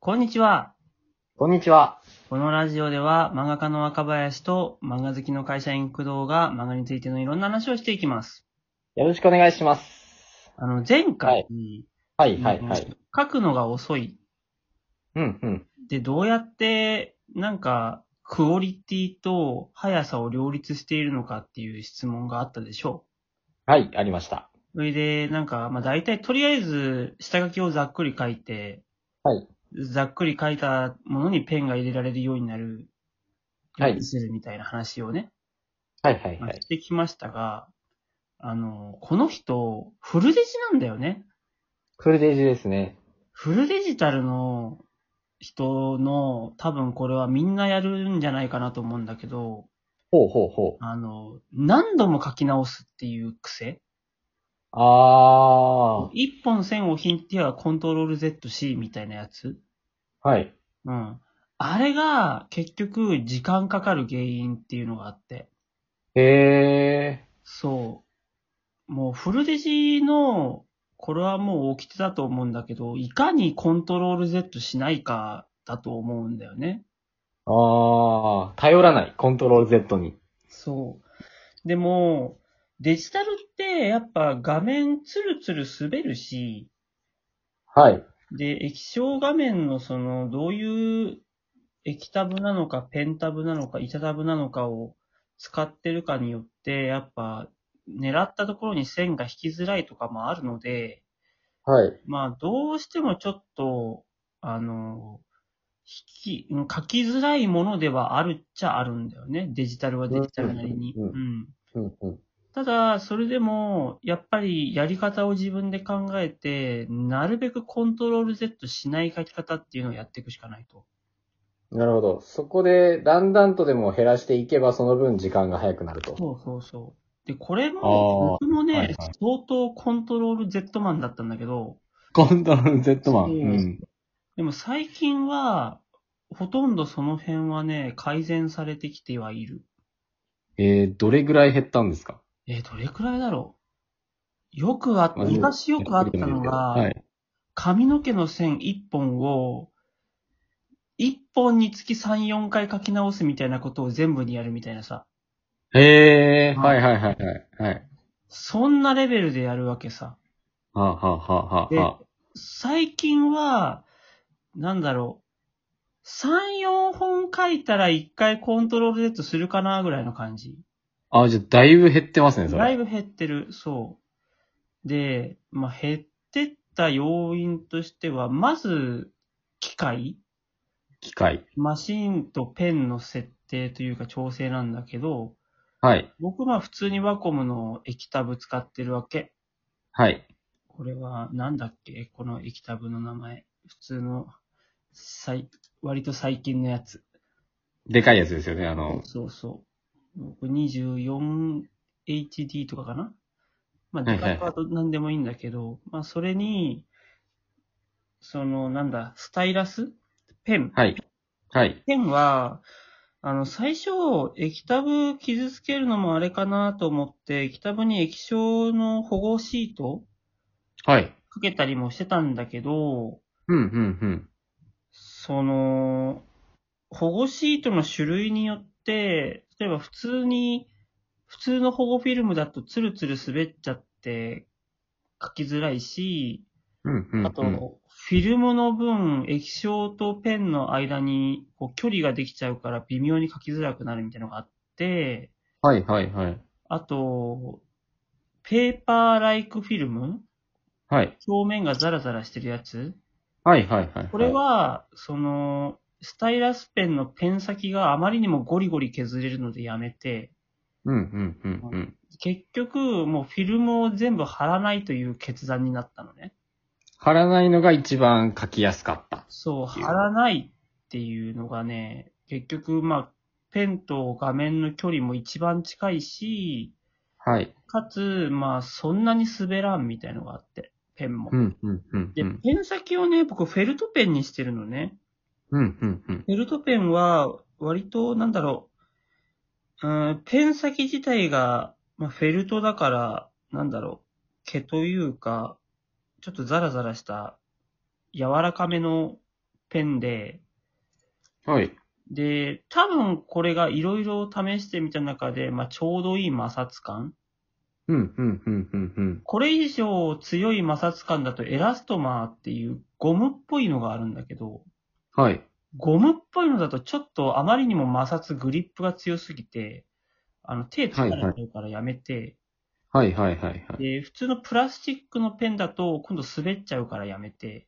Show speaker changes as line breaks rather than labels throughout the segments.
こんにちは。
こんにちは。
このラジオでは漫画家の若林と漫画好きの会社員工藤が漫画についてのいろんな話をしていきます。
よろしくお願いします。
あの、前回、
はい、はい、はい。
書くのが遅い
うん、うん。
でどうやって、なんか、クオリティと速さを両立しているのかっていう質問があったでしょ
はい、ありました。
う。それで、なんか、まあ大体、とりあえず、下書きをざっくり書いて、
はい。
ざっくり書いたものにペンが入れられるようになる、
はい
するみたいな話をね、
はい、はい、
まあ
はい。
してきましたが、あの、この人、フルデジなんだよね。
フルデジですね。
フルデジタルの人の、多分これはみんなやるんじゃないかなと思うんだけど、
ほうほうほう。
あの、何度も書き直すっていう癖。
あ
一本線を引いてはコントロール ZC みたいなやつ。
ー。はい。
うん。あれが結局時間かかる原因っていうのがあって。
へ
そう。もうフルデジの、これはもう起きてたと思うんだけど、いかにコントロール Z しないかだと思うんだよね。
ー。あー。頼らない。コントロール Z に。
そう。でも、デジタルってやっぱ画面ツルツル滑るし、
はい。
で、液晶画面のその、どういう液タブなのか、ペンタブなのか、板タブなのかを使ってるかによって、やっぱ、狙ったところに線が引きづらいとかもあるので、
はい。
まあ、どうしてもちょっと、あの、引き、うん書きづらいものではあるっちゃあるんだよね。デジタルはデジタルなりに。
うん
うん
うん、うん。
ただ、それでも、やっぱりやり方を自分で考えて、なるべくコントロール Z しない書き方っていうのをやっていくしかないと。
なるほど。そこで、だんだんとでも減らしていけば、その分時間が早くなると。
そうそうそう。で、これも
あ
僕
ー、
もね、
はいはい
相当コントロール Z マンだったんだけど、
コントロール Z マン。
そう
うん。
でも最近は、ほとんどその辺はね、改善されてきてはいる。
えー、どれぐらい減ったんですか
えーどれくらいだろうよくあっ昔よくあったのが、
はい。
髪の毛の線一本を、一本につき3、4回書き直すみたいなことを全部にやるみたいなさ。
へー。はい、はい、はい、はい。はい。
そんなレベルでやるわけさ。
はあ、はあはあはあ
で
はあ、
最近は、なんだろう。3、4本書いたら1回コントロール Z するかなぐらいの感じ。
ああ、じゃあだいぶ減ってますね、それ。
だいぶ減ってる。そう。で、まあ、減ってった要因としては、まず、機械
機械。
マシンとペンの設定というか調整なんだけど、
はい。
僕は普通にワコムの液タブ使ってるわけ。
はい。
これはなんだっけこの液タブの名前。普通の、さい割と最近のやつ。
でかいやつですよね、あの、
そうそう。僕 24HD とかかなまあ、
はい
デ
はい
カパートなんでもいいんだけど、まあ、それに、その、なんだ、スタイラスペン。
はい。はい。
ペンは、あの、最初、液タブ傷つけるのもあれかなと思って、液タブに液晶の保護シート
はい。
かけたりもしてたんだけど、
うん、うん、うん。
その、保護シートの種類によって、例えば普通に、普通の保護フィルムだとツルツル滑っちゃって書きづらいし、
うん、うん。
あと、フィルムの分、液晶とペンの間にこう距離ができちゃうから微妙に書きづらくなるみたいなのがあって、
はい、はい、はい。
あと、ペーパーライクフィルム
はい。
表面がザラザラしてるやつ
はい、はい、はい。
これは、その、スタイラスペンのペン先があまりにもゴリゴリ削れるのでやめて、
うん、うん、うん、うん。
結局もうフィルムを全部貼らないという決断になったのね。
貼らないのが一番書きやすかった。
そう、
っていう
貼らないっていうのがね、結局、まあ、ペンと画面の距離も一番近いし、
はい。
かつ、まあ、そんなに滑らんみたいのがあって、ペンも
う。ん、うん、うん。う
で、
ん、
ペン先をね、僕、フェルトペンにしてるのね。
うん、うんうん。
フェルトペンは、割と、なんだろう、うん、ペン先自体が、まあ、フェルトだから、なんだろう、毛というか、ちょっとザラザラした、柔らかめのペンで、
はい。
で、多分これがいろいろ試してみた中で、まあちょうどいい摩擦感。
うん、うん、うん、うん、うん。
これ以上強い摩擦感だとエラストマーっていうゴムっぽいのがあるんだけど、
はい。
ゴムっぽいのだとちょっとあまりにも摩擦、グリップが強すぎて、あの手疲れてるからやめて、
はい、はい、はい、はい。
で、普通のプラスチックのペンだと今度滑っちゃうからやめて、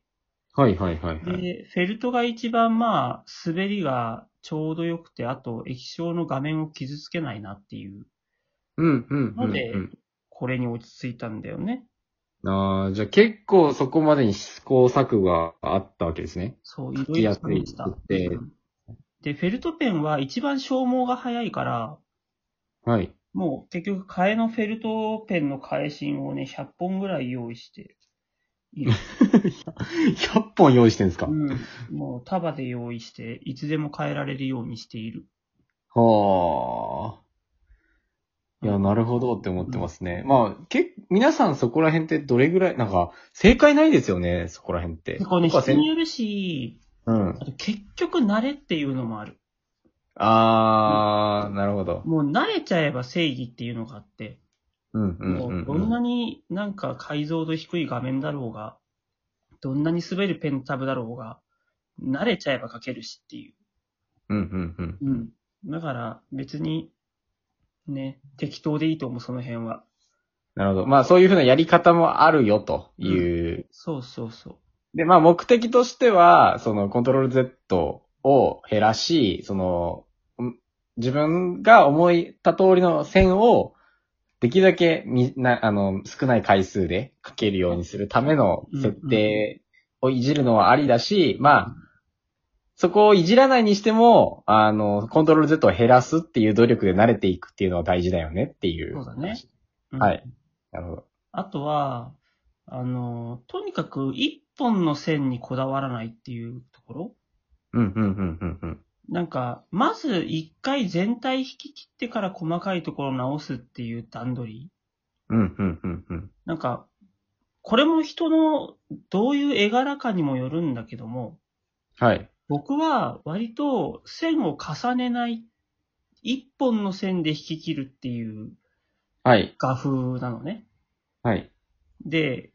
はい、はい、はい、はい。
で、フェルトが一番まあ滑りがちょうど良くて、あと液晶の画面を傷つけないなっていう、
うん、うん、う
の
ん、
で
うん。
これに落ち着いたんだよね。
ああ、じゃあ結構そこまでに試行錯誤があったわけですね。
そう、いろい
き
ろ
やすい
試した。
って
うんで、フェルトペンは一番消耗が早いから、
はい。
もう結局替えのフェルトペンの替え芯をね、100本ぐらい用意している、
100本用意してるんですか、
うん。もう束で用意して、いつでも変えられるようにしている。
はあ。いや、なるほどって思ってますね。まあ、け、皆さんそこら辺ってどれぐらい、なんか、正解ないですよね、そこら辺って。
結構ね、
僕は
人
せん
によるし、
うん。
あと結局慣れっていうのもある。
あー、なるほど。
もう慣れちゃえば正義っていうのがあって、
うん、うん、
もうど
うんん。
なになんか解像度低い画面だろうが、どんなに滑るペンタブだろうが、慣れちゃえば書けるしっていう。
うん、うん、うん。
うん。だから別に、ね、適当でいいと思う、その辺は。
なるほど。まあ、そういうふうなやり方もあるよ、という
そうそうそ。
で、まあ目的としては、そのコントロール Z を減らし、その、ん自分が思った通りの線を、できるだけみな、あの、少ない回数で書けるようにするための設定をいじるのはありだし、まあ、そこをいじらないにしても、あの、コントロール Z を減らすっていう努力で慣れていくっていうのは大事だよねっていうう。
そうだね。。うん
はい。なるほど。
あとは、あの、とにかく一本の線にこだわらないっていうところ
うん、うん、うん、うん、うん。
なんか、まず一回全体引き切ってから細かいところ直すっていう段取り。
うん、うん、うん、うん。
なんか、これも人のどういう絵柄かにもよるんだけども、
はい。
僕は割と線を重ねない、一本の線で引き切るっていう
はい。
画風なのね。
はい。
で、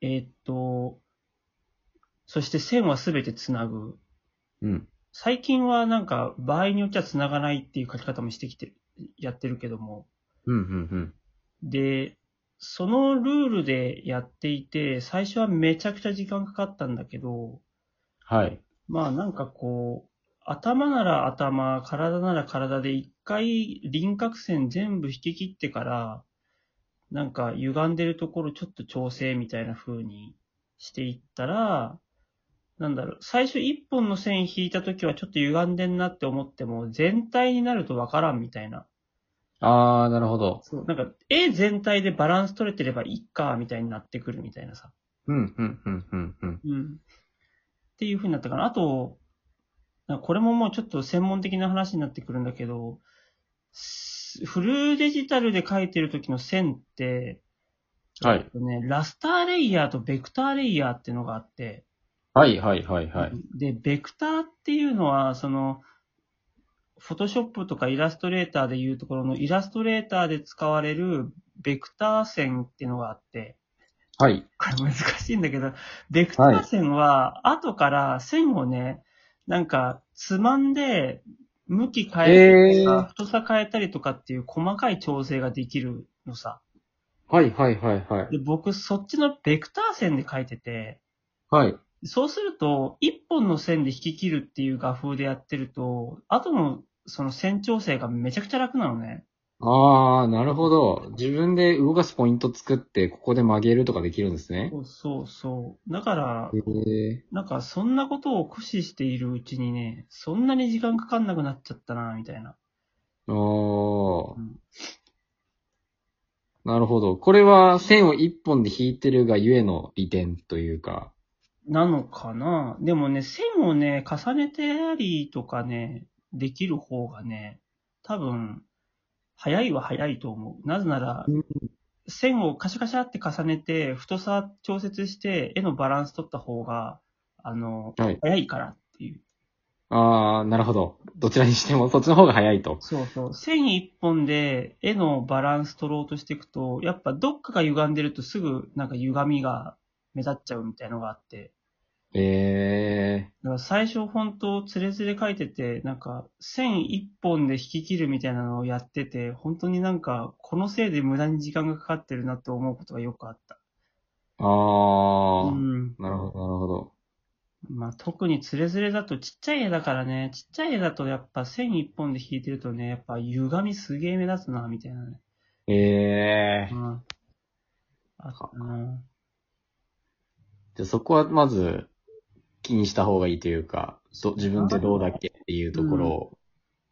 えーっと、そして線はすべてつなぐ。
うん。
最近はなんか場合によってはつながないっていう書き方もしてきてる、やってるけども。
うん、うん、うん。
で、そのルールでやっていて、最初はめちゃくちゃ時間かかったんだけど、
はい。
まあなんかこう、頭なら頭、体なら体で一回輪郭線全部引き切ってから、なんか歪んでるところちょっと調整みたいな風にしていったら、なんだろう、最初一本の線引いた時はちょっと歪んでんなって思っても、全体になるとわからんみたいな。
あー、なるほど。
なんか、絵全体でバランス取れてればいいか、みたいになってくるみたいなさ。
うん、うん、うん、うん、うん。
うん。っていう風になったかな。あと、なんかこれももうちょっと専門的な話になってくるんだけど、すフルデジタルで描いてる時の線って、
は
え
い
っ。とね、ラスターレイヤーとベクターレイヤーっていうのがあって、
はい、はい、はい、はい。
で、ベクターっていうのは、その、フォトショップとかイラストレーターでいうところのイラストレーターで使われるベクター線っていうのがあって、
はい。
これ難しいんだけど、ベクター線は後から線をね、なんかつまんで向き変えたりと
へー
か、太さ変えたりとかっていう細かい調整ができるのさ。
はい、はい、はい、はい。
で、僕そっちのベクター線で書いてて、
はい。
そうすると、一本の線で引き切るっていう画風でやってると、後のその線調整がめちゃくちゃ楽なのね。
あー、なるほど。自分で動かすポイント作って、ここで曲げるとかできるんですね。
そうそうそう。だから
へ、ー。
なんかそんなことを駆使しているうちにね、そんなに時間かかんなくなっちゃったな、みたいな。
お
う
ー
ん。
なるほど。これは線を一本で引いてるがゆえの利点というか。
なのかなでもね、線をね、重ねてやりとかね、できる方がね、多分、早いは早いと思う。なぜなら
うん、
線をカシャカシャって重ねて、太さ調節して、絵のバランス取った方が、あの、
はい
早いからっていう。
ああ、なるほど。どちらにしても、そっちの方が早いと。
そうそう。線一本で絵のバランス取ろうとしていくと、やっぱどっかが歪んでるとすぐなんか歪みが目立っちゃうみたいのがあって。
ええ
だから最初本当つれつれ書いてて、なんか線一本で引き切るみたいなのをやってて、本当になんかこのせいで無駄に時間がかかってるなって思うことがよくあった。
ああ、
うん。
なるほど、なるほど。
まあ特につれづれだとちっちゃい絵だからね、ちっちゃい絵だとやっぱ線一本で引いてるとね、やっぱ歪みすげえ目立つな、みたいなね。
ええ
うん。あったな。
じゃあそこはまず気にした方がいいというか、ど自分ってどうだっけっていうところを。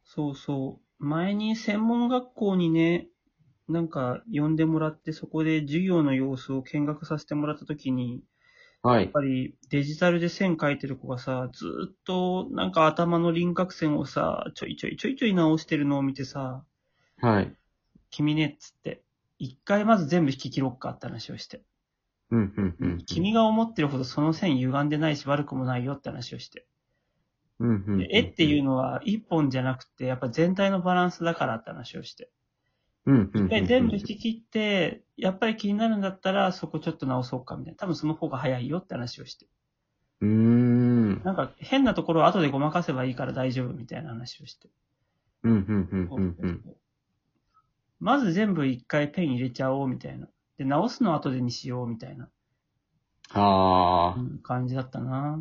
そうそう。前に専門学校にね、なんか呼んでもらって、そこで授業の様子を見学させてもらった時に、
は
やっ
い。
ぱりデジタルで線描いてる子がさ、ずーっとなんか頭の輪郭線をさ、ちょいちょいちょいちょい直してるのを見てさ、
はい。
君ねっつって、一回まず全部引き切ろっかって話をして。
うん、うん、うん。
君が思ってるほどその線歪んでないし悪くもないよって話をして。
うん、うんうん。
で絵っていう
う。
のは一本じゃなくて、やっぱ全体のバランスだからって話をして。
うん、うん。
で、全部引き切って、やっぱり気になるんだったら、そこちょっと直そうかみたいな。多分その方が早いよって話をして。
うーん。
なんか変なところは後でごまかせばいいから大丈夫みたいな話をして。
うん、うん、うん、うんうん。
まず全部一回ペン入れちゃおうみたいな。で、直すの後でにしようみたいな
あ
う
あ、
ん感じだったな。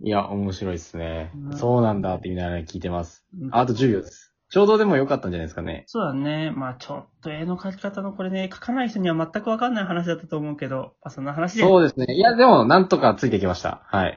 いや、面白いですね
う。ん
そうなんだって見ながら聞いてます。
うん
あと10秒です。ちょうどでも良かったんじゃないですかね。
そうだね。まあちょっと絵の描き方のこれね、描かない人には全くわかんない話だったと思うけど、まあそんな話で。
そうですね。いや、でも、なんとかついてきました。はい。